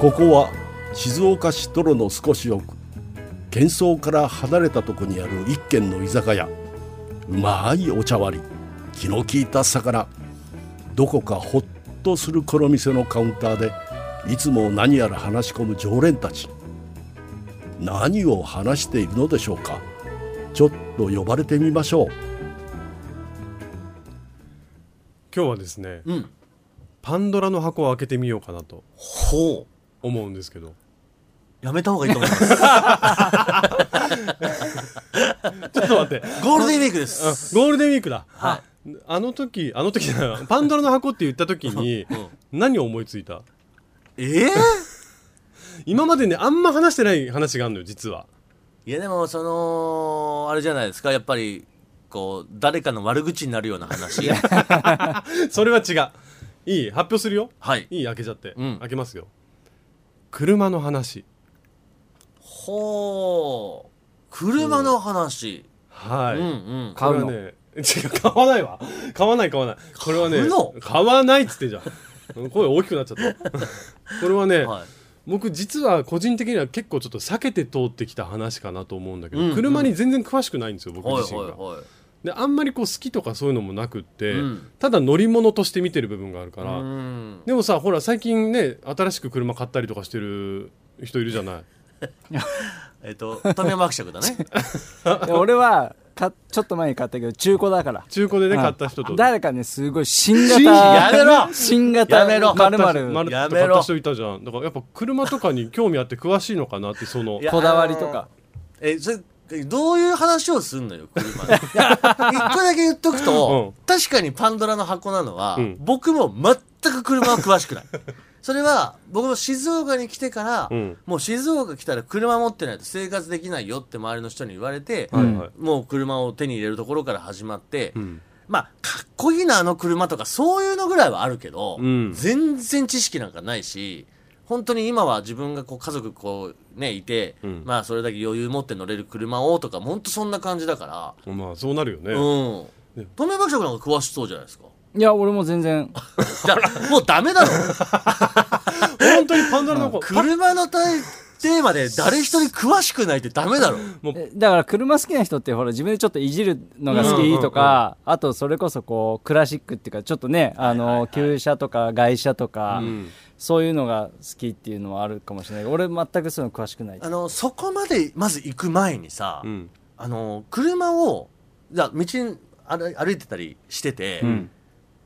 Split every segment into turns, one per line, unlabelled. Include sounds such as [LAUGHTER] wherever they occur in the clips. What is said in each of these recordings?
ここは静岡市泥の少し奥喧騒から離れたとこにある一軒の居酒屋うまいお茶割り気の利いた魚どこかほっとするこの店のカウンターでいつも何やら話し込む常連たち何を話しているのでしょうかちょっと呼ばれてみましょう
今日はですね、
うん
パンドラの箱を開けてみようかなと
ほ
思うんですけど [LAUGHS]
うやめた方がいいと思います
ちょっと待って
[LAUGHS] ゴールデンウィーク
あ
で
ゴ
す
ールデンウィークだ
は
あの時あの時じゃないパンドラの箱って言った時に、何を思いついた
いええ
今までねあんま話してない話があるのよ実は。
いやでもそのあれじゃないですかやっぱりこう誰かの悪口になるような話
それは違う。いい発表するよ。
はい
いい開けちゃって。
うん
開けますよ。車の話。
ほう車の話、
は
う
い。
ん、うん
これはね、違う買わないわ。買わない買わない。これはね
買うの、
買わないっつってじゃん。声大きくなっちゃ
[LAUGHS]
った。これはね、
はい
僕実は個人的には結構ちょっと避けて通ってきた話かなと思うんだけど、
うんうん
車に全然詳しくないんですよ僕
はい
自身が、
はいはい
であんまりこう好きとかそういうのもなくって、
うん
ただ乗り物として見てる部分があるか
う
ら、
ん
でもさほら最近ね新しく車買ったりとかしてる人いるじゃない
えっと富山伯爵だね
[LAUGHS] で俺はかちょっと前に買ったけど中古だから
中古でね
うん
買った人と
誰かねすごい新型
新やめろ
新型
やめろ
まるま
まる
る
っと買った人いたじゃんだからやっぱ車とかに興味あって詳しいのかなってその
いや
こだわりとか
えそれえどういう話をすんのよ
[LAUGHS]
車のいや一個だけ言っとくと、
う
確かにパンドラの箱なのは、
うん
僕も全く車は詳しくないそれは僕も静岡に来てから、
うん
もう静岡来たら車持ってないと生活できないよって周りの人に言われて、
はいはい
もう車を手に入れるところから始まって、
うん
まあかっこいいなあの車とかそういうのぐらいはあるけど、
うん
全然知識なんかないし本当に今は自分がこう家族こうねいて、
ん
まあそれだけ余裕持って乗れる車をとか本当そんな感じだか
まあそうなるよね、
ら、うん
ね
透明爆食なんか詳しそうじゃないですか
いや俺も全然
じゃあもうダメだろ
[LAUGHS] 本当にパンドラの子、パ
車のタイテーマで誰一人詳しくないってダメだろ
[LAUGHS] えだから車好きな人ってほら自分でちょっといじるのが好きとか、あとそれこそこうクラシックっていうかちょっとねあの旧車とか外車とか、そういうのが好きっていうのはあるかもしれないけど俺全くそういうの詳しくない
あのそこまでまず行く前にさ、
うん
あの車をじゃあ道に歩歩いてたりしてて、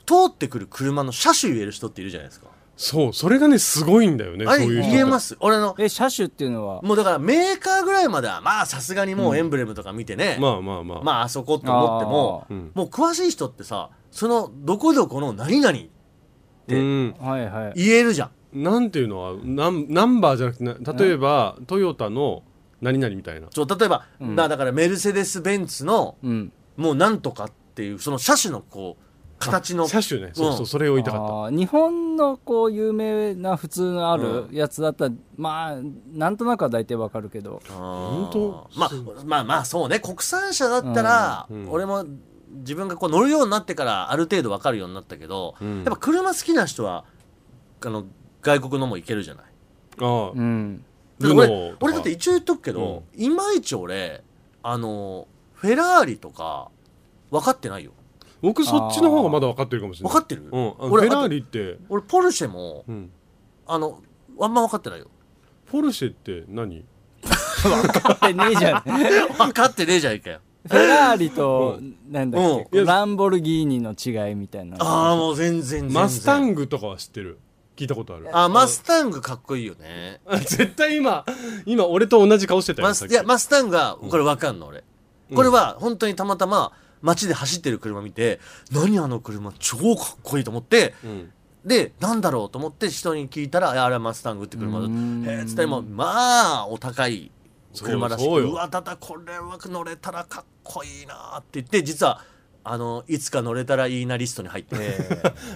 通ってくる車の車種言える人っているじゃないですか
そうそれがねすごいんだよねそ
あ
う
れ
いう人
言えます俺の
え車種っていうのは
もうだからメーカーぐらいまではまあさすがにもうエンブレムとか見てね、
まあまあまあ、
まああそこと思っても、
あーうん
もう詳しい人ってさそのどこどこの何々て
うん
はいはい
言えるじゃん
なんていうのはなんナンバーじゃなくてな例えば、トヨタの何々みたいな
そう例えば、
ん
まあだからメルセデス・ベンツの
うん
もうなんとかっていうその車種のこう形の
車種ね、そうそうそれを言いたかっ
あー日本のこう有名な普通のあるやつだったら、まあなんとなくは大体わかるけど
本
当
まあまあまあそうね国産車だったら、
うん
俺も自分がこう乗るようになってからある程度分かるようになったけど、
うん
やっぱ車好きな人はあの外国のもいけるじゃない
たああ、
うん
だ
ル
って
ノー
俺
とか
俺だって一応言っとくけど、いまいち俺あのフェラーリとか分かってないよ
僕そっちの方がまだ分かってるかもしれ
分
ない
かってる、
うんあのフ
俺
ェラーリって、
俺ポルシェも
うん、
あのあんま分かってないよ
ポルシェって何
でねえじゃんフ
分かってねえじゃんかよ
ェラーリと、なんだっけ、
うんいや
ランボルギーニの違いみたいな
ああもう全然全然
マスタングとかは知ってる聞いたことある
あマスタングかっこいいよね
あ [LAUGHS] 絶対今今俺と同じ顔してたよ
マ
さっ
ス
き
いやマスタンがこれわかんの俺、これは本当にたまたま街で走ってる車見て何あの車超かっこいいと思って
うん
でなんだろうと思って人に聞いたらいやあれはマスタングって車だ
う
と
ん
へえつったらもうまあお高い車らし
そうそう
く
よ
うわただこれは乗れたらかっこいいなって言って実はあのいつか乗れたらいいなリストに入ってて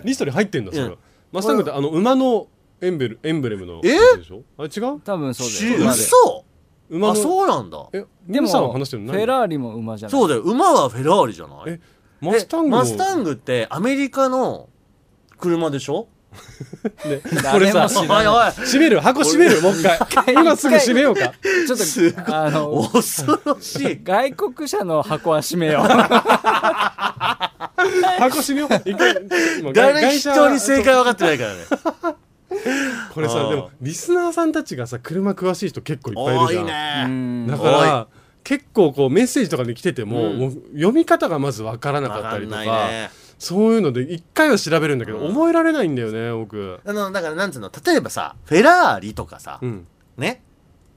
リストに入ってんだそれは、
うん
マスタングってあの馬のエンベルエンブレムの
え
やつでしょあれ違う
多分そう
し
だよ馬で
嘘
馬の
あそうなんだ
え
で
で
も
も
フ
さんは話してるの何
ェラーリも馬じゃない
そうだよ馬はフェラーリじゃない
えマスタング
えマスタン
グ
グってアメリカの車でしょ
ね、こ
誰
れ
も
さ
知らない
おいおい
閉める箱閉めるもう一回今すぐ閉めようか
ちょ
す
っ
ごい
とあの
恐ろしい
外国車の箱は閉めよう
箱閉めよう一回もう [LAUGHS] 外
誰一
外車は
人正解分かってないからね
これ
あ
さ
ー
でもリスナーさんたちがさ車詳しい人結構いっぱいい
お
る
ー
じ
い
ゃ
い
ん
ね
だ
ん
から結構こうメッセージとかに来てても,、もう読み方がまず分からなか
分
っ
か
たり
ん
とか
ないね
そういうので一回は調べるんだけど、覚えられないんだよね僕。
あのだからなんつうの例えばさフェラーリとかさ、
うん
ね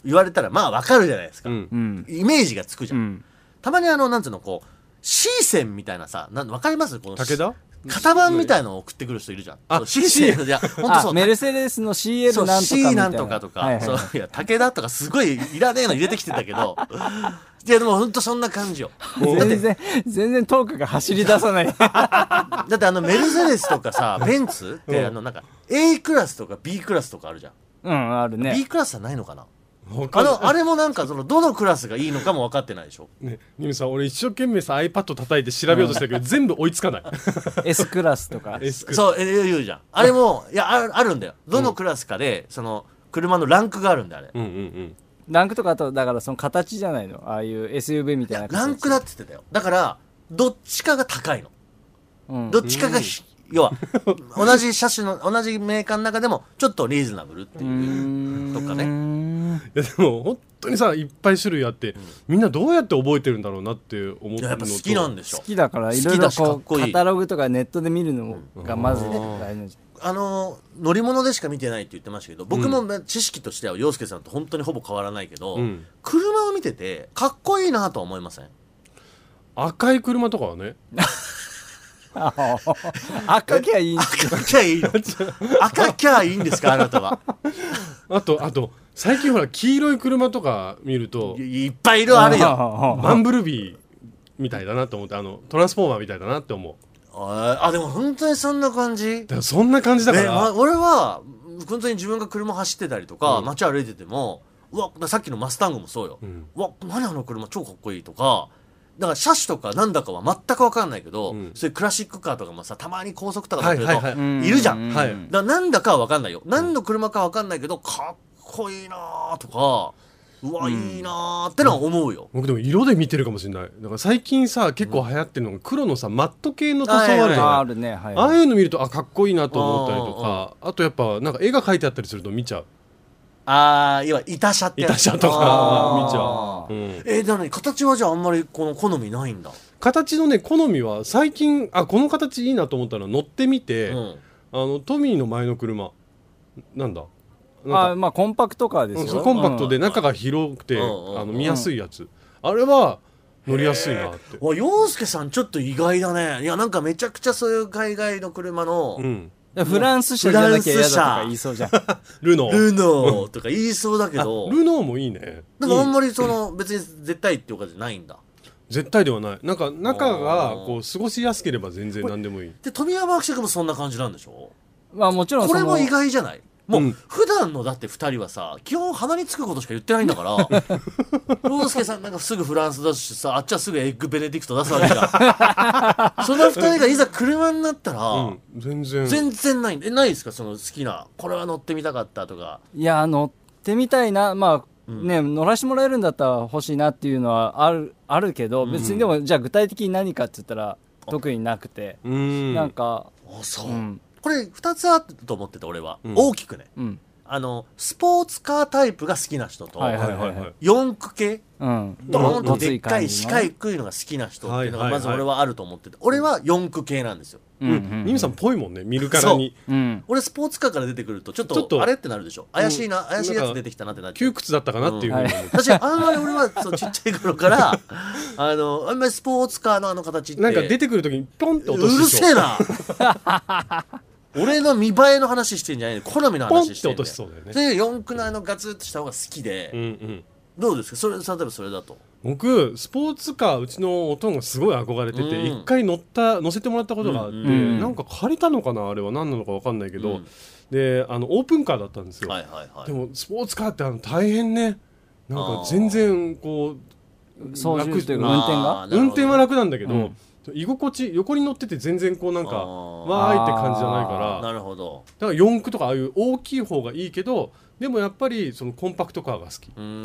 言われたらまあ分かるじゃないですか、
うん
うん
イメージがつくじゃ、
うんん
たまにあのなんつうのこう C 線みたいなさなん分かりますこの
武田
型番みたいのを送ってくる人いるじゃん
あ
そう C 線いや本当そ
あ
う
メルセデスの CL
そう
なんとかみた
C
いな
なんとかとか、
はいはい
そういや武田とかすごいいらねえの入れてきてたけど [LAUGHS] いやでもほんとそんな感じよ
全然全然トークが走り出さない
だってあのメルセデスとか
[LAUGHS]
さベンツってあのなんか A クラスとか B クラスとかあるじゃん、
うんあるね
B クラスはないのかな
わか
あ
んない
のあれもなんかそのどのクラスがいいのかも分かってないで
[LAUGHS]
しょ
ねニムさん俺一生懸命さ iPad 叩いて調べようとしたけど、全部追いつかない
S クラス
[LAUGHS]
とか
S クラス
そうえ言うじゃんあれもいやあるあるんだよどのクラスかでその車のランクがあるんだよあれ
うんうんうん
ランクとかあとだからその形じゃないのああいう SUV みたいな形
ランクだって言ってたよだからどっちかが高いの
うん
どっちかがひ、要は同じ車種の同じメーカーの中でもちょっとリーズナブルっていうとかね
ね
いやでも本当にさいっぱい種類あって、みんなどうやって覚えてるんだろうなって思って
い
る
や
の
やっ
と
ぱ好きなんでしょ
好きだから
好
い
き
ろいろ
だしか
こ
っ
う
こいい
カタログとかネットで見るのがまず大事
あの乗り物でしか見てないって言ってましたけど僕も知識としては洋介さんと本当にほぼ変わらないけど、
うん
車を見ててかっこいいなとは思いません
赤い車とかはね
あ赤きゃいい
赤きゃいいの赤きゃいいんですかあなたは
あとあと最近ほら黄色い車とか見ると
いいっぱいいるあるよ
バンブルビーみたいだなと思ってあのトランスフォーマーみたいだなって思う
ああでも本当にそんな感じ
だからそんな感じだか
ね
ら、
ま俺は本当に自分が車走ってたりとか、街歩いててもうわさっきのマスタングもそうよ、うんわ何あの車超かっこいいとかだから車種とかなんだかは全く分かんないけど、
ん
そういうクラシックカーとかもさたまに高速とか乗ってる
は
と、
いいはいは
るじゃん、
うん
はい
だからなんだかは分かんないよ何の車か分かんないけどかっこいいなーとかうわ、いいなーってのは思うよ、
僕でも色で見てるかもしれないだから最近さ結構流行ってるのが黒のさマット系の塗装あるじゃない、
はいはい
ああるねはい
ああいうの見るとあかっこいいなと思ったりとかあとやっぱなんか絵が描いてあったりすると見ちゃう
ああいわゆる板車って
い
やつ
たしゃとか見ちゃう、うん
えー、なのに形はじゃああんまりこの好みないんだ、
形のね好みは最近あこの形いいなと思ったのは乗ってみて、
うん
あのトミーの前の車なんだなんか
あまあコンパクトカーで
うん
す
そう
よ
コンパクトで中が広くて、
うん
あの見やすいやつ、あれは乗りやすいなって、
わ洋介さんちょっと意外だねいやなんかめちゃくちゃそういう海外の車の
うん、
フランス車じゃなきゃ嫌だとか言いそうじゃん
ルノー
ルノーとか言いそうだけ
あ
ど
ルノーもいいね
でもあんまりその別に絶対っていうかじゃないんだ
絶対ではないなんか中が
あー
こう過ごしやすければ全然何でもいい
で富山伯爵もそんな感じなんでしょ
まあもちろん
こ
そ
れ
の
も意外じゃないも
う
うん普段のだって2人はさ基本鼻につくことしか言ってないんだから
[LAUGHS]
洋介さんなんかすぐフランス出すしさあっちはすぐエッグベネディクト出すわけじゃんその2人がいざ車になったら、
うん全然
全然ないえないですかその好きなこれは乗ってみたかったとか
いや乗ってみたいなまあ
ん
ね、乗らしてもらえるんだったら欲しいなっていうのはあるあるけど別にでもじゃあ具体的に何かって言ったら特になくて、
うん
なんか
あそうう、
ん
これ2つあると思ってて俺は、
うん
大きくね
うん
あのスポーツカータイプが好きな人と、
はい
はいはいはい
四駆系
うん
ドーンと
ごつ
でっか
感
い
じ
四
の
角いのが好きな人っていうのが
はいはいは
ま
い
ず俺はあると思ってて俺は四駆系なんですよ
う
うんんう
う
んニム
ん
さんっぽいもんね見るからに
うん
俺スポーツカーから出てくるとちょっと
ちょっと
あれってなるでしょ怪しいな、
うん
怪しい
な
や
ん
つ
か
出てきたなってなっちゃ
窮
う
屈だったかなっていうふうに思う、
私あんまり俺はそうちっちゃい頃から [LAUGHS] あのあんまりスポーツカーのあの形って
なんか出てくる時にポンって落と
うる
して
せえな [LAUGHS] 俺の見栄えの話してんじゃないの好みの話してん
ポンって落としそうだよね
で四駆のあのガツッとした方が好きで、
うんうん
どうですかそれ例えばそれだと
僕スポーツカーうちのおとんがすごい憧れてて
うん
一、回乗った乗せてもらったことがあって、
うん
うん
なんか借りたのかなあれは何なのか分かんないけど、
うん
であのオープンカーだったんですよ、
はいはいはい
でもスポーツカーってあの大変ねなんか全然こう
操縦というか
楽
運転
あーな
が
るほど
運転は楽なんだけど、
うん
居心地横に乗ってて全然こうなんか
あー
わーいって感じじゃないから
なるほど
だから四駆とかああいう大きい方がいいけどでもやっぱりそのコンパクトカーが好き、
うーん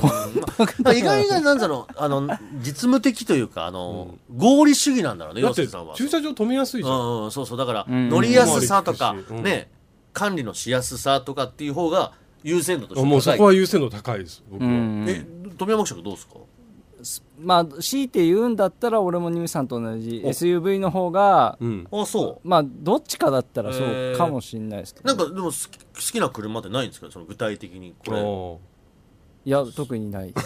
まあ意外になんだろうあの実務的というかあの、合理主義なんだろうね
だ
洋
って
介さんは
駐車場止めやすいじゃん、
うんうん、そうそうだから
うん
乗りやすさとか、
うん
ね管理のしやすさとかっていう方が優先度として高い
もうそこは優先度高いです僕は、
うん
え富山伯爵どうですか
まあ強いて言うんだったら俺もニムさんと同じ SUV の方が
うん
あそ
まあどっちかだったらそ
へ
う
ー
かもしれないですけ
うな
ど
んかでも好き好きな車ってないんですかその具体的に
あ
こ
ー
いや特にない
れあ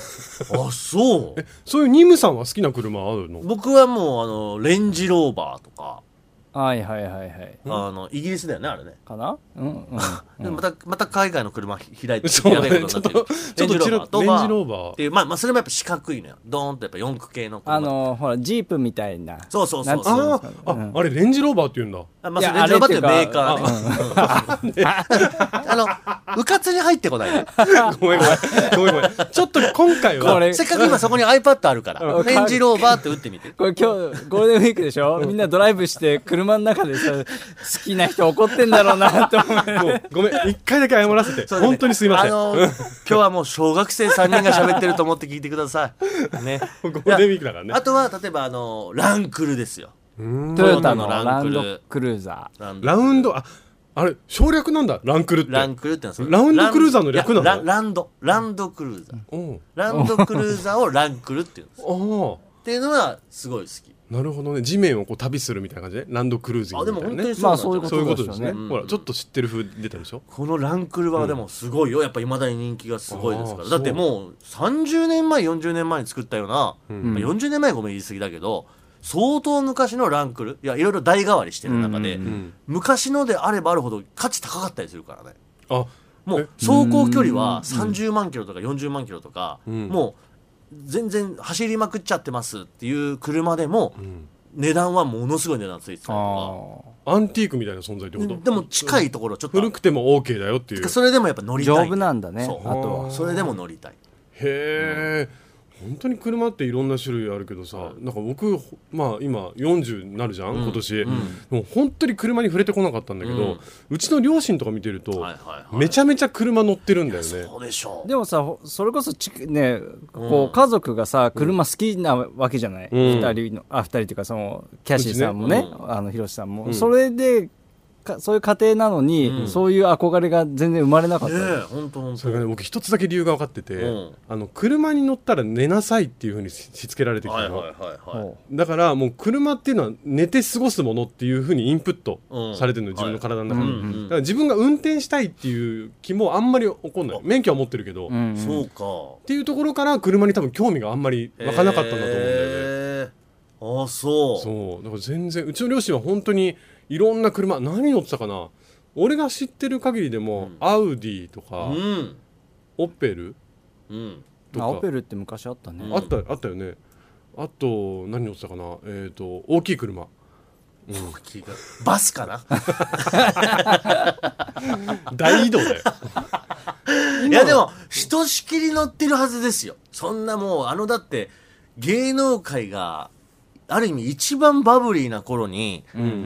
そう
そういうニムさんは好きな車あるの
僕はもうあのレンジローバーとか
はいはいはいはい
あのイギリスだよねあれね
かなうんうん
でまたまた海外の車開いて
そう
やべえ
ね
こ
ち
と
ょっ
にな
と
って
ちょ
る
っとちらっとレンジロー
っ
バ
て
ー
いうまあまあそれもやっぱ四角いのよドーンとやっぱ四駆系の車
あのほらジープみたいな
そうそうそう
なんつ
あ
あ
の
ーあ、あれレンジローバーって言うんだ
あまあ
い
そ
や
れレンジローバーっていうメ
あれ
ー
っていうか
カーね [LAUGHS] あのうかつに入ってこない
ごめんごめんごめんごめんちょっと今回は
これ
せっかく今そこに iPad あるから
うん
レンジローバーって打ってみて
これ今日ゴールデンウィークで
[LAUGHS]
しょみんなドライブして車の中でさ好きな人怒ってんだろうなと思う
もうごめん一回だけ謝らせて、
[LAUGHS] そうだね
本当にすいません
あの今日はもう小学生3人が喋ってると思って聞いてくださ
[LAUGHS]
いね
ゴールデンウィークだからね
あとは例えばあのランクルですよ
トヨ
[LAUGHS] トヨタ
タの
のラ
ラ
ンク
ン
ル
ドクルーザ
ラン
ラウンドああれ省略なんだランクルって
ランクルってのはその
ラウンドクルーザーの略なの
いやラランドランドクルーザー
うん
ランドクルーザーをランクルって言うんです
ああ
っていうのはすごい好き
なるほどね地面をこう旅するみたいな感じでランドクルーズ
あでも本当に
ね
そうなんですよ
まあそういうこ
そういうことですね、
そうですよ
ほらちょっと知ってる風出たでしょ
このランクルはでもすごいよやっぱいまだに人気がすごいですか
あ
ら
ー
だってもう30年前40年前に作ったような、
ん
まあ40年前ごめん言い過ぎだけど相当昔のランクルいやいろいろ代替わりしてる中で、
うん
昔のであればあるほど価値高かったりするからね
あ
も
え
う走行距離は30万キロとか40万キロとか、
ん
もう全然走りまくっちゃってますっていう車でも、値段はものすごい値段ついてたり
ー
と
あ
アンティークみたいな存在ってこ
か
と
ででも近いところちょっとある
古くても OK だよっていうへ
それでもやっぱ乗りたい
丈夫なんだね
そう
あと
は
それでも乗りたい
え本当に車っていろんな種類あるけどさなんか僕ほまあ今40になるじゃん、今年、もう本当に車に触れてこなかったんだけど、うちの両親とか見てると、
はいはいはい
めちゃめちゃ車乗ってるんだよね
そうでしょう
でもさほそれこそちね
う
こ
ん
う家族がさ車好きなわけじゃない、
うん
二人のあ二人っていうかそのキャシーさんも
う
ね
ちね
あのヒロシさんも、
ん
それでかそういう家庭なのに、
ん
そういう憧れが全然生まれなかっ
ね
た、
え本当本
それがね
当
僕一つだけ理由が分かってて、
うん
あの車に乗ったら寝なさいっていうふうにししつけられてき
は
た
い
の、
はいはいはい
ほ
だからもう車っていうのは寝て過ごすものっていうふうにインプット
うん
されてるの、自分の体の中
う
に、
ん
だ
うん
から自分が運転したいっていう気もあんまり起こんない免許は持ってるけど、
うう
っ
ん
そうか
ていうところから車に多分興味があんまり湧かなかったんだと思うんだよね、
へえあそう
そうだから全然うちの両親は本当にいろんな車何乗ってたかな俺が知ってる限りでも、アウディとか、
うん
オペル
うん
とか
あオペルって昔あったね、
うん
あったあったよねあと何乗ってたかなえっ、と大きい車
気がバスかな
[LAUGHS] 大移動
[LAUGHS]
だよ
いやでもひとしきり乗ってるはずですよそんなもうあのだって芸能界がある意味一番バブリーな頃に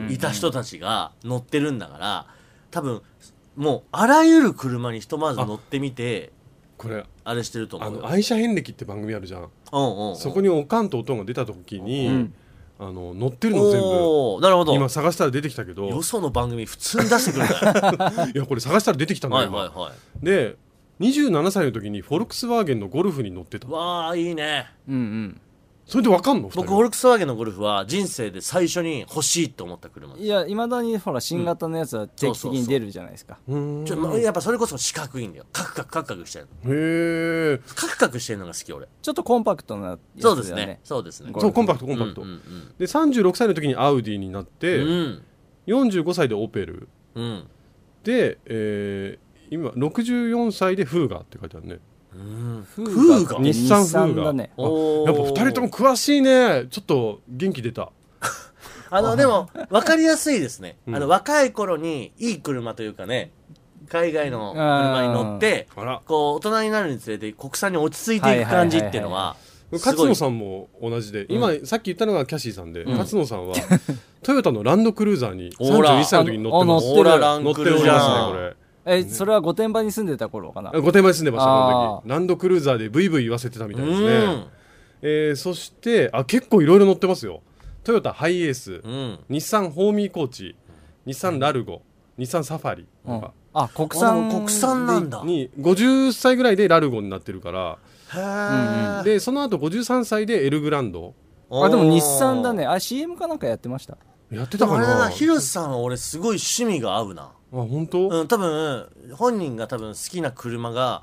いた人たちが乗ってるんだから多分もうあらゆる車にひとまず乗ってみて
これ
あれしてると
あ
思う
の
よ
愛車遍歴って番組あるじゃん
うんうんうん
そこにおかんとおとんが出た時に、
ん
あの乗ってるの全部
おーなるほど
今探したら出てきたけど
よその番組普通に出して
[LAUGHS]
くるんだよ
いやこれ探したら出てきたんだ
はい
よ、今
はいは
で27歳の時にフォルクスワーゲンのゴルフに乗ってた
いわあいいね
うんうん
それでわかんの
僕
二人
フォルクスワーゲンのゴルフは人生で最初に欲しいと思った車
いやいまだにほら新型のやつは定期的に出るじゃないですか、
うーん
ちょ、まやっぱそれこそ四角いんだよカクカクカクカクしてるの
へえ
カクカクしてるのが好き俺
ちょっとコンパクトなやつだ
そ
よ
うですねそうですね
ゴ
そ
ルフ
うコンパクトコンパクト、
うんうん
で36歳の時にアウディになって、
うん
45歳でオペル
うん
で、えー、今64歳でフーガーって書いてあるね
うん
フ
ーガ
日産フーガ
だね
あやっぱ二人とも詳しいねちょっと元気出た
あのでも分かりやすいですね、
うん
あの若い頃にいい車というかね海外の車に乗って
あら
こう大人になるにつれて国産に落ち着いていく感じっていうのは
勝野さんも同じで今さっき言ったのがキャシーさんで、勝野さんは [LAUGHS] トヨタのランドクルーザーに
ほら
31歳の時に乗って
あ
ま
乗
す
っ
オーララン
乗っ
ク
て
ル
お
ー
り
じ
ます
ゃ
ねこ
ん。
れ
えそれは御殿場に住んでた頃かな
御殿場に住んでましたこの
あ
時ランドクルーザーでブイブイ言わせてたみたいですね、
うん
えーそしてあ結構いろいろ乗ってますよトヨタハイエース、
うん。
日産ホーミーコーチ日産ラルゴ、日産サファリ
う
と
ん
か、
あ国
あ
産
の国産なんだ。へ
に50歳ぐらいでラルゴになってるから
ー
でその後53歳でエルグランド
あでも日産だね。あ CM かなんかやってました
やって
で
た
も
か
あれ
な
だな、
あ
ヒロシさんは俺すごい趣味が合うな。
本当、
うん、多分、本人が多分好きな車が、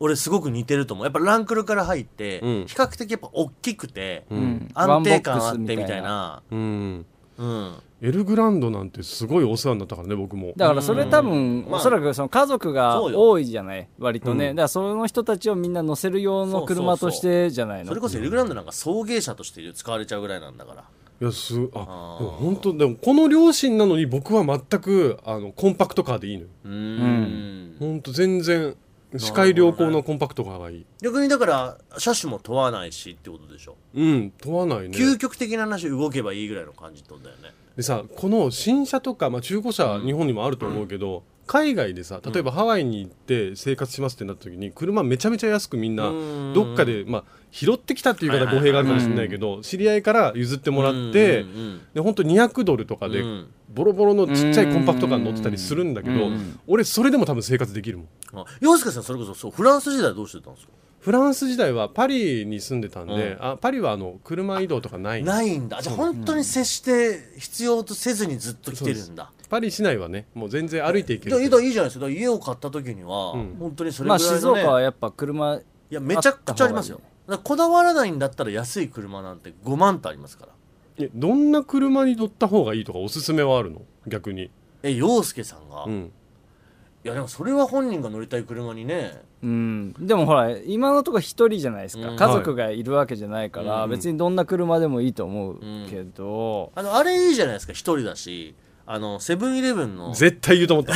俺すごく似てると思う。やっぱランクルから入って、比
うん
較的やっぱ大きくて、
うん
安定感あってみ
ワンボックス
たいな。
うん
うん。
エルグランドなんてすごいお世話になったからね僕も
だからそれ多分、
うんまあ
おそらくその家族が
そうよ
多いじゃない割とね、
うん
だからその人たちをみんな乗せる用の車としてじゃないの
それこそエルグランドなんか送迎車として使われちゃうぐらいなんだから。
いやすあ
あー
でも本当でもこの両親なのに僕は全くあのコンパクトカーでいいのよ
う。
うん
本当全然視界良好なコンパクトカーがいい
逆にだから、車種も問わないしってことでしょ。
うん問わないね
究極的な話動けばいいぐらいの感じってことだよね。
でさこの新車とか、まあ、中古車、日本にもあると思うけど、海外でさ例えばハワイに行って生活しますってなった時に車めちゃめちゃ安くみんな
うん
どっかで、まあ、拾ってきたっていう言い
は
方語
いは
弊
いはい
があるかもしれないけど、知り合いから譲ってもらって、
うんうん
で本当200ドルとかで、
うん
ボロボロのちっちゃいコンパクトカーに乗ってたりするんだけど、俺それでも多分生活できるもん。
うんあ洋介さんそれこそそうフランス時代どうしてたんですか
フランス時代はパリに住んでたんで、
うん
あパリはあの車移動とかないんで
ないんだじゃあ本当に接して必要とせずにずっと来てるんだ
パリ市内はねもう全然歩いていける
いや
け
い
ど
やいいじゃないですかだから家を買った時には、
うん
本当にそれぐ
ま
ら
あ
いの、ね
静岡はやっぱ車
いやめちゃくちゃありますよだからこだわらないんだったら安い車なんて5万とありますから
えどんな車に乗った方がいいとかおすすめはあるの逆に、
え洋介さんが、
う
い
ん、
やでもそれは本人が乗りたい車にね
うんでもほら今のところ一人じゃないですか、
うん
家族がいるわけじゃないから、
うん
別にどんな車でもいいと思うけど、
あのあれいいじゃないですか一人だしあのセブンイレブンの
絶対言うと思
[LAUGHS]
った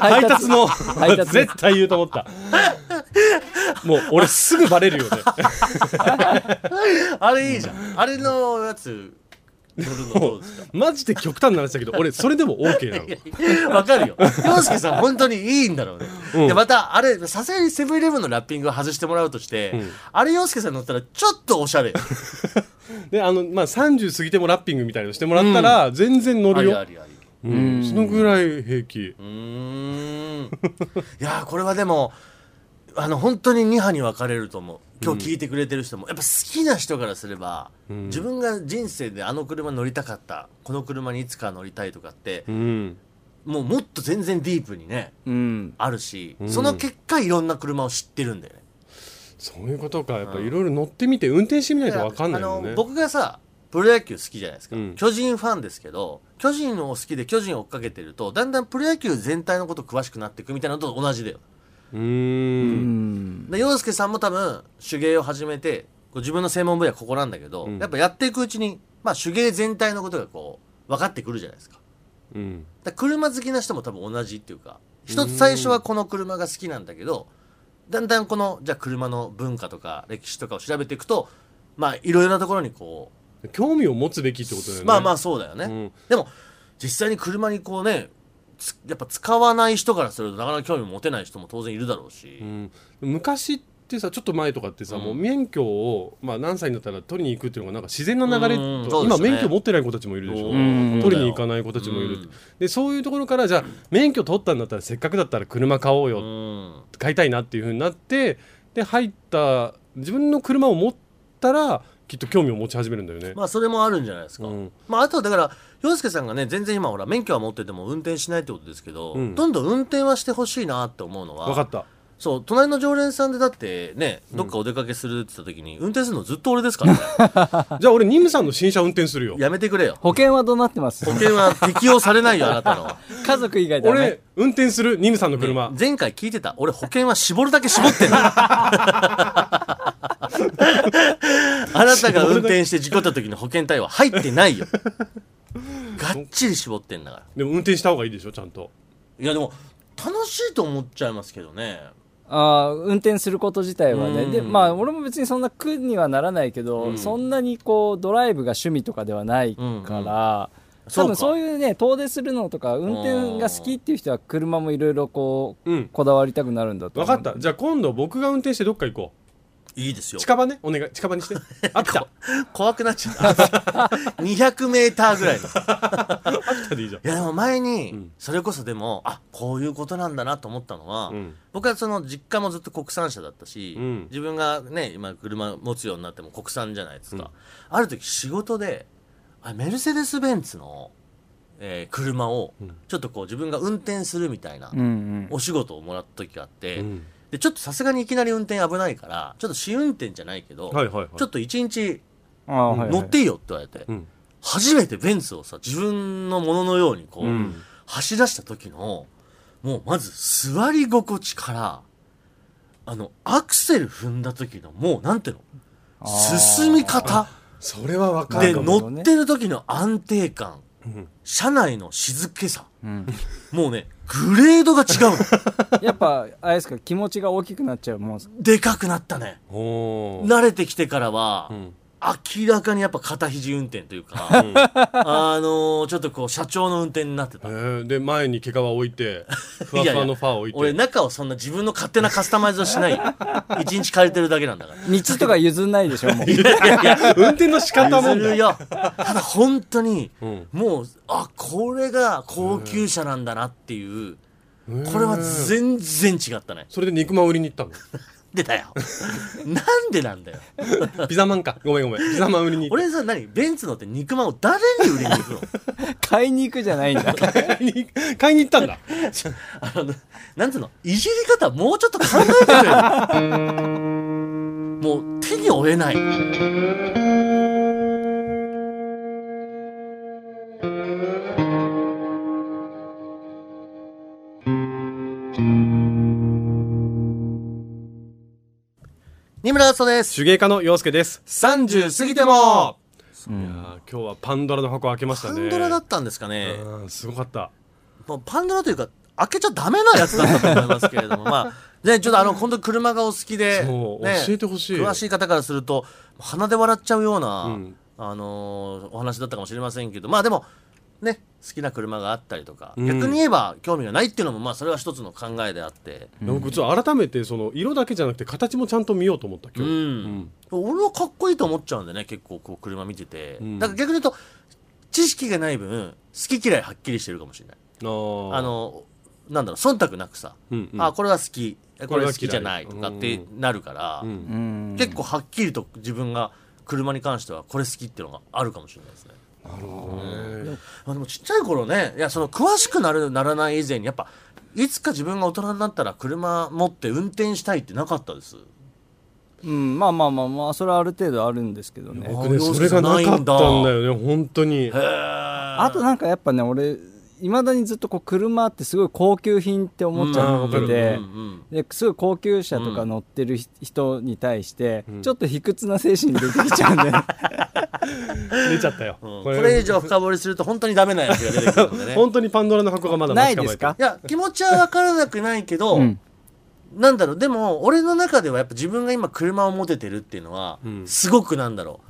配達の
配達
絶対言うと思
[LAUGHS]
ったもう俺すぐバレるよね
あれいいじゃんあれのやつ乗るのどうですか
マジで極端な話だけど俺それでも OK なの
わかるよ。洋介さん、本当にいいんだろうね。で、また、あれ、さすがにセブンイレブンのラッピングを外してもらうとして、あれ洋介さん乗ったら、ちょっとおしゃれよ。
であの、まあ、30過ぎてもラッピングみたいのしてもらったら全然乗
あ
る
りあ
よ、
りあり。
うんそのぐらい平気
うーん。いやー、これはでも、あの、本当に2派に分かれると思う。今日聞いてくれてる人も、やっぱ好きな人からすれば、自分が人生であの車乗りたかった、この車にいつか乗りたいとかって
う、ん
もうもっと全然ディープにね、
うん
あるし、その結果いろんな車を知ってるんだよね。
そういうことかやっぱいろいろ乗ってみて運転してみないと分かんないよ
あ
ね
の僕がさプロ野球好きじゃないですか、
うん
巨人ファンですけど巨人を好きで巨人を追っかけてるとだんだんプロ野球全体のこと詳しくなっていくみたいなのと同じだよ
うー
うんん
で洋介さんも多分手芸を始めてこう自分の専門分野はここなんだけど、
ん
やっぱやっていくうちに、まあ、手芸全体のことがこう分かってくるじゃないですか
うん
だから車好きな人も多分同じっていうか一つ最初はこの車が好きなんだけどだんだんこのじゃあ車の文化とか歴史とかを調べていくとまあいろいろなところにこう
興味を持つべきってことだよね
まあまあそうだよね、
ん
でも実際に車にこうねつやっぱ使わない人からするとなかなか興味持てない人も当然いるだろうし、
うん、昔ってさちょっと前とかってさ、もう免許を、まあ、何歳になったら取りに行くっていうのがなんか自然な流れ、
うんそう
と
ですね
今免許持ってない子たちもいるでしょ、
うん
取りに行かない子たちもいる、
うん
でそういうところからじゃあ免許取ったんだったらせっかくだったら車買おうよ、
うん
買いたいなっていうふうになってで入った自分の車を持ったらきっと興味を持ち始めるんだよね、
まあそれもあるんじゃないですか、
うん
まああとだから洋介さんがね全然今ほら免許は持ってても運転しないってことですけど、
うん
どんどん運転はしてほしいなって思うのは
分かった
そう隣の常連さんでだってねどっかお出かけするって言った時に運転するのずっと俺ですからね
じゃあ俺ニムさんの新車運転するよ
やめてくれよ
保険はどうなってます
保険は適用されないよあなたのは
家族以外ダメ
俺運転するニムさんの [LAUGHS] 車、
前回聞いてた俺保険は絞るだけ
[LAUGHS]
絞ってんのあなたが運転して事故った時の保険対応は入ってないよがっちり絞ってんだから
でも運転した方がいいでしょちゃんと
いやでも楽しいと思っちゃいますけどね
あー運転すること自体はね、
うん
でまあ俺も別にそんな苦にはならないけど、
うん
そんなにこうドライブが趣味とかではないから、
そうか
多分そういうね遠出するのとか運転が好きっていう人は車もいろいろこう、
うん
こだわりたくなるんだと
分
思
か
う
ったじゃあ今度僕が運転してどっか行こ
いいです
う
よ。
近場ねお願い近場にしてあった
怖くなっちゃった。200メーターぐらいの。
でいいじゃん
いやでも
う
前に
ん
それこそでも、あこういうことなんだなと思ったのは、
うん
僕はその実家もずっと国産車だったし、
うん
自分がね今車持つようになっても国産じゃないですか、ある時仕事であメルセデス・ベンツの、えー車を
うん
ちょっとこう自分が運転するみたいな
うんうん
お仕事をもらった時があって、
うん
でちょっとさすがにいきなり運転危ないからちょっと試運転じゃないけど、
はいはいはい
ちょっと一日
あーはいはい
乗っていいよって言われて、
うん
初めてベンツをさ自分のもののようにこう、
うん
走り出した時のもうまず座り心地からあのアクセル踏んだ時のもうなんていう
あ
の
ー
進み方
それは分か
で
る
な
か
る
も
ほど
乗
ね
ってる時の安定感
うん
車内の静けさ
うん
もうねグレードが違う
[LAUGHS]
の
やっぱあれですか気持ちが大きくなっちゃうもんですか
でかくなったね
おー
慣れてきてからは、
うん
明らかにやっぱ肩肘運転というか、あのーちょっとこう社長の運転になってた
へーで前に毛皮置いてふわふわのファー置いて
俺中をそんな自分の勝手なカスタマイズはしないよ一日借りてるだけなんだから
道とか譲んないでしょもう
運転の仕方も
譲るよただ本当に、
ん
もうあこれが高級車なんだなっていう、これは全然違ったね
それで肉まん売りに行った
[LAUGHS] 出たよなんでなんだよ
のピザマンかごめんごめんピザマン売りに行っ
俺さ何ベンツ乗って肉まんを誰に売りに行くの
[LAUGHS] 買いに行くじゃないんだ
た買いに [LAUGHS] 買いに行ったんだ
あのなんつうのいじり方もうちょっと考えてくれよ [LAUGHS] もう手に負えない二村敦です
手芸家の洋介です30過ぎてもいやー今日はパンドラの箱開けました
パ
ね
ンドラだったんですかね、
うんすごかった
もうパンドラというか開けちゃダメなやつだったと思いますけれどもまあねちょっとあの本当に車がお好きで、
そう
ね
教えてほしい
詳しい方からすると鼻で笑っちゃうような、
うん
あのーお話だったかもしれませんけどまあでもね好きな車があったりとか、
うん
逆に言えば興味がないっていうのもまあそれは一つの考えであって、
でも僕ちょっと改めてその色だけじゃなくて形もちゃんと見ようと思った
う
今
ん
日
俺はかっこいいと思っちゃうんでね結構こう車見てて、
うん
だから逆に言うと知識がない分好き嫌いはっきりしてるかもしれない。
あー
あのなんだろう忖度なくさ、
うんうん
あこれは好きえこ
これ
れ
は
好きじゃない
嫌い
とかってなるから、
うん
[LAUGHS] うん
結構はっきりと自分が車に関してはこれ好きっていうのがあるかもしれないですね。
なるほどね
まあ、でもちっちゃい頃ねいやその詳しくなるならない以前にやっぱいつか自分が大人になったら車持って運転したいってなかったです。
うん、まあまあまあまあそれはある程度あるんですけどね
僕ねそれがなかったんだよね本当に
あとなんかやっぱね俺いまだにずっとこう車ってすごい高級品って思っちゃって
うん
て
う、ん
ですごい高級車とか乗ってるひ人に対して、ちょっと卑屈な精神出てきちゃうんで、 [LAUGHS]
出ちゃったよ
う
こ
ん、これ
れ
以上深掘りすると本当にダメなやつが出てくるのでね。
本当にパンドラの箱がまだ
な
待ち
い
構
で
えて
す
る
か
いや気持ちは分からなくないけど、
うん
なんだろうでも俺の中ではやっぱ自分が今車を持ててるっていうのは、
ん
すごくなんだろう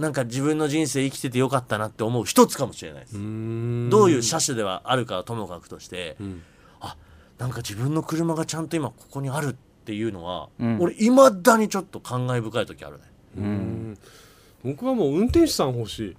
なんか自分の人生生きててよかったなって思う一つかもしれないです、
うーん
どういう車種ではあるかはともかくとして、
ん
あなんか自分の車がちゃんと今ここにあるっていうのは、
ん
俺いまだにちょっと感慨深い時あるね
僕はもう運転手さん欲しい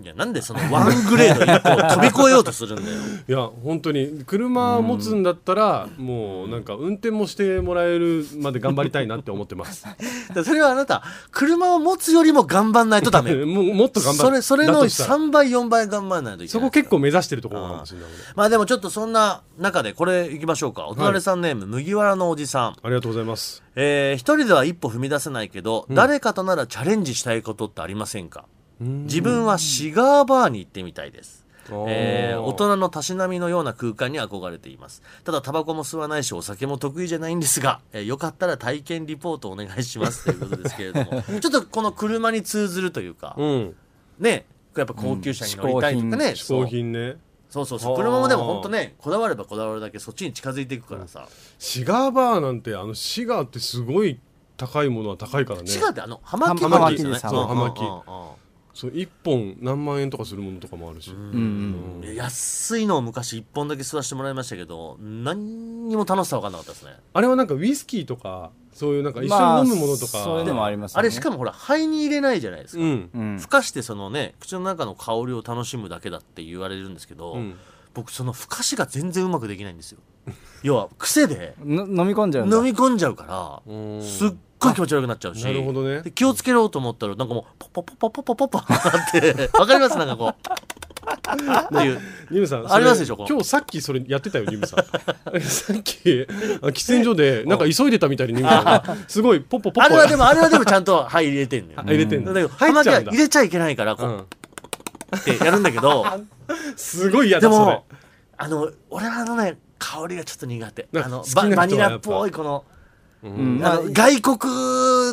いやなんでそのワングレード一個を飛び越えようとするんだよ
いや本当に車持つんだったらもうなんか運転もしてもらえるまで頑張りたいなって思ってます
[LAUGHS] だからそれはあなた車を持つよりも [LAUGHS] 頑張んないと [LAUGHS] ダメよ
[LAUGHS] もうもっと頑張る
それそれ
だ
の
としたら
3倍4倍頑張らないといけない
そこ結構目指してるところかもしれない俺
まあでもちょっとそんな中でこれいきましょうか。お隣さんネーム、麦わらのおじさん。
ありがとうございます
えー、一人では一歩踏み出せないけど、誰かとならチャレンジしたいことってありませんか自分はシガーバーに行ってみたいです。えー大人のたしなみのような空間に憧れていますただタバコも吸わないしお酒も得意じゃないんですが、えーよかったら体験リポートお願いしますということですけれど [LAUGHS] もちょっとこの車に通ずるというか、
うん
ねやっぱ高級車に乗りたいとかね、
嗜好品ね
そうそうそう車もでも本当ねこだわればこだわるだけそっちに近づいていくからさ、
シガーバーなんてあのシガーってすごい高いものは高いからね
違うってあの葉巻
葉
の
巻
やつ
です
よね
葉巻
うんうんうん
そう1本何万円とかするものとかもあるし、
いや安いのを昔一本だけ吸わせてもらいましたけど何にも楽しさ分かんなかったですね
あれはなんかウイスキーとかそういうなんか一
ま
緒
あ
に飲むものとか、
そういうのもありますよ
あ
ね
れしかもほら肺に入れないじゃないですか、
うん
うん
ふかしてそのね口の中の香りを楽しむだけだって言われるんですけど、
うん
僕そのふかしが全然うまくできないんですよ要は癖で
の飲み込んじゃうんだ
飲み込んじゃうから、
うん
すっごい気持ち悪くなっちゃうし
なるほどね
で気をつけようと思ったらなんかもうポッポッポッポッポッポッポッってわかりますなんかこうっていう
ニムさんそれ
ありますでしょこの
今日さっきそれやってたよニムさん [LAUGHS] さっきあ喫煙所でなんか急いでたみたいにニムさんがすごいポッポポッポ
あれはでもあれはでもちゃんと肺入れてんのよ
あ入れてん
だ
だ
けど
入
葉
っち
巻
ゃ
は
うんだ
入れちゃいけないからこう
うん
ってやるんだけど
すごい嫌
で
だそ
も
れ
あの俺はあのね香りがちょっと苦手
なん
あ
か
の
好きな
バ
人は
バニ
や
ラっ
っぱ
ぽいこの
うんま
あ
あ
の外国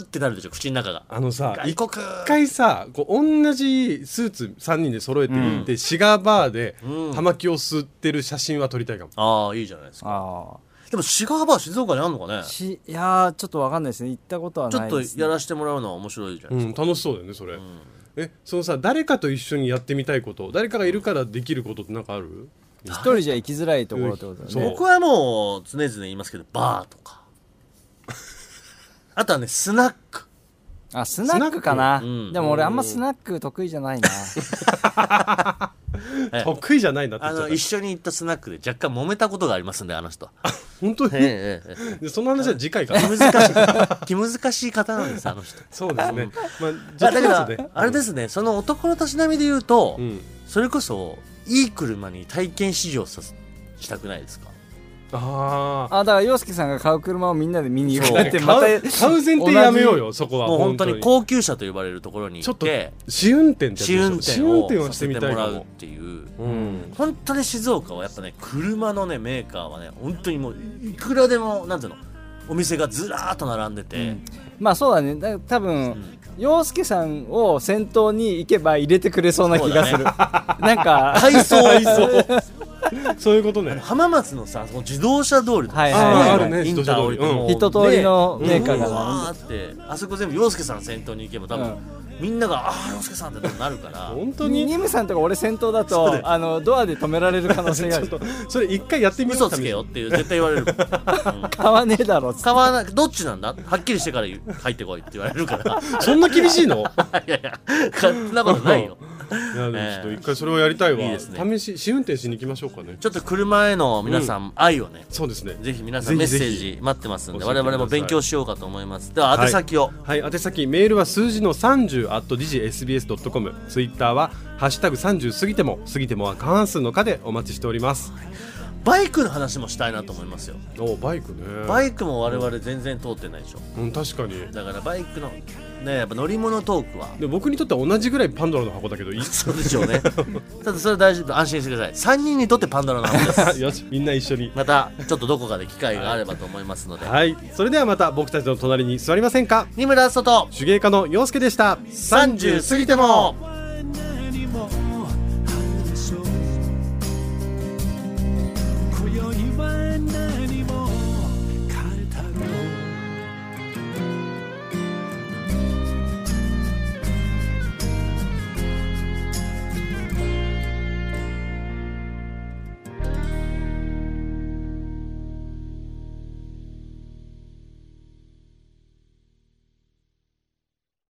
ってなるでしょ口の中が
あのさ
外
一
国
回さこう同じスーツ3人で揃えて行って、シガーバーで
うん
葉巻を吸ってる写真は撮りたいかも、
ああいいじゃないですか
あ
でもシガーバー静岡にあるのかね
あしいやーちょっとわかんないですね行ったことは
ちょ
な
っ
い
と
です、ね、
やらせてもらうのは面白いじゃない
うん
ですか、
楽しそうだよねそれ、えそのさ誰かと一緒にやってみたいこと誰かがいるからできることってなんかある
一人じゃ行きづらいところってことだ
そう
ね
僕はもう常々言いますけどバーとか [LAUGHS] あとはねスナック
あスナックか
スナ
な
ックうん
でも俺あんまスナック得意じゃないな
ええ
得意じゃないなって
あ
言っちゃっ
の一
た
緒に行ったスナックで若干揉めたことがありますんであの
[LAUGHS]
人
本当
え
に、
えええええ
でその話は次回から
気難しい気難しい方なんですあの人
そうですねまあじゃ
だ
あ
け
ちょっ
ど
とね
あれですねその男のたしなみで言うと、
うん
それこそいい車に体験試乗させしたくないですか
ああ
あだから洋介さんが買う車をみんなで見に行く
そう
だってまた
買う買う前提やめよう
同
よそこは
もう本当に
本
高級車と呼ばれるところに
ち
行
ょ
っ
っと
て
試運転ってやつで
試
しょ
運
試
転
運転
を
を
さ
して
せ
み
て
たい
もら
か
うっ
も
ていう
うん
本当に静岡はやっぱね車のねメーカーはね本当にもういくらでもなんていうのお店がずらーっと並んでて、
じまあそうだねだから多分洋介さんを先頭に行けば入れてくれそうな気がす
そう
る [LAUGHS] なんか
配送
そういうことね
浜松のさその自動車通りとか
はい
さ
はいはい
ああるね
インター降りても
一通りのメーカーが
うわーってあそこ全部洋介さん先頭に行けば多分、
うん
みんなが「ああ洋介さん」ってなるから
本当
ニ
に
ニムさんとか俺先頭だ
そうだ
と
よ
あのドアで止められる可能性があ
ちょっ
る
とそれ一回やってみよう
嘘つけよっていう絶対言われる
買わねえだろっつって
買わなどっちなんだはっきりしてから言う入ってこいって言われるから
そんな厳しい
[LAUGHS]
のい
いやいやそんなことないよ
やでもちょっと一回それをやりたいわ
いいですね
試し試運転しに行きましょうかね
ちょっと車への皆さん、愛をね
そうですね
ぜひ皆さんメ
ぜ
ッ
ひぜ
セ
ひ
ージ待ってますんで
教え
我
てください
々も勉強しようかと思いますでは宛先を、
はい、宛先メールは数字の30 at digsbs.com ツイッターは「ハッシュタグ #30 過ぎても過ぎても」は過半数の「か」でお待ちしております
バイクの話もしたいなと思いますよ
おバイクね
バ
イ
イクも我々全然通ってないでしょ
ク、うん、確かに
だからバイクのねやっぱ乗り物トークは
で僕にとっては同じぐらいパンドラの箱だけどいい [LAUGHS]
そうでしょうねただそれは大丈夫安心してください3人にとってパンドラの箱です
よしみんな一緒に
またちょっとどこかで機会があればと思いますので、
はいそれではまた僕たちの隣に座りませんか
二村外
手芸家の洋介でした
30過ぎても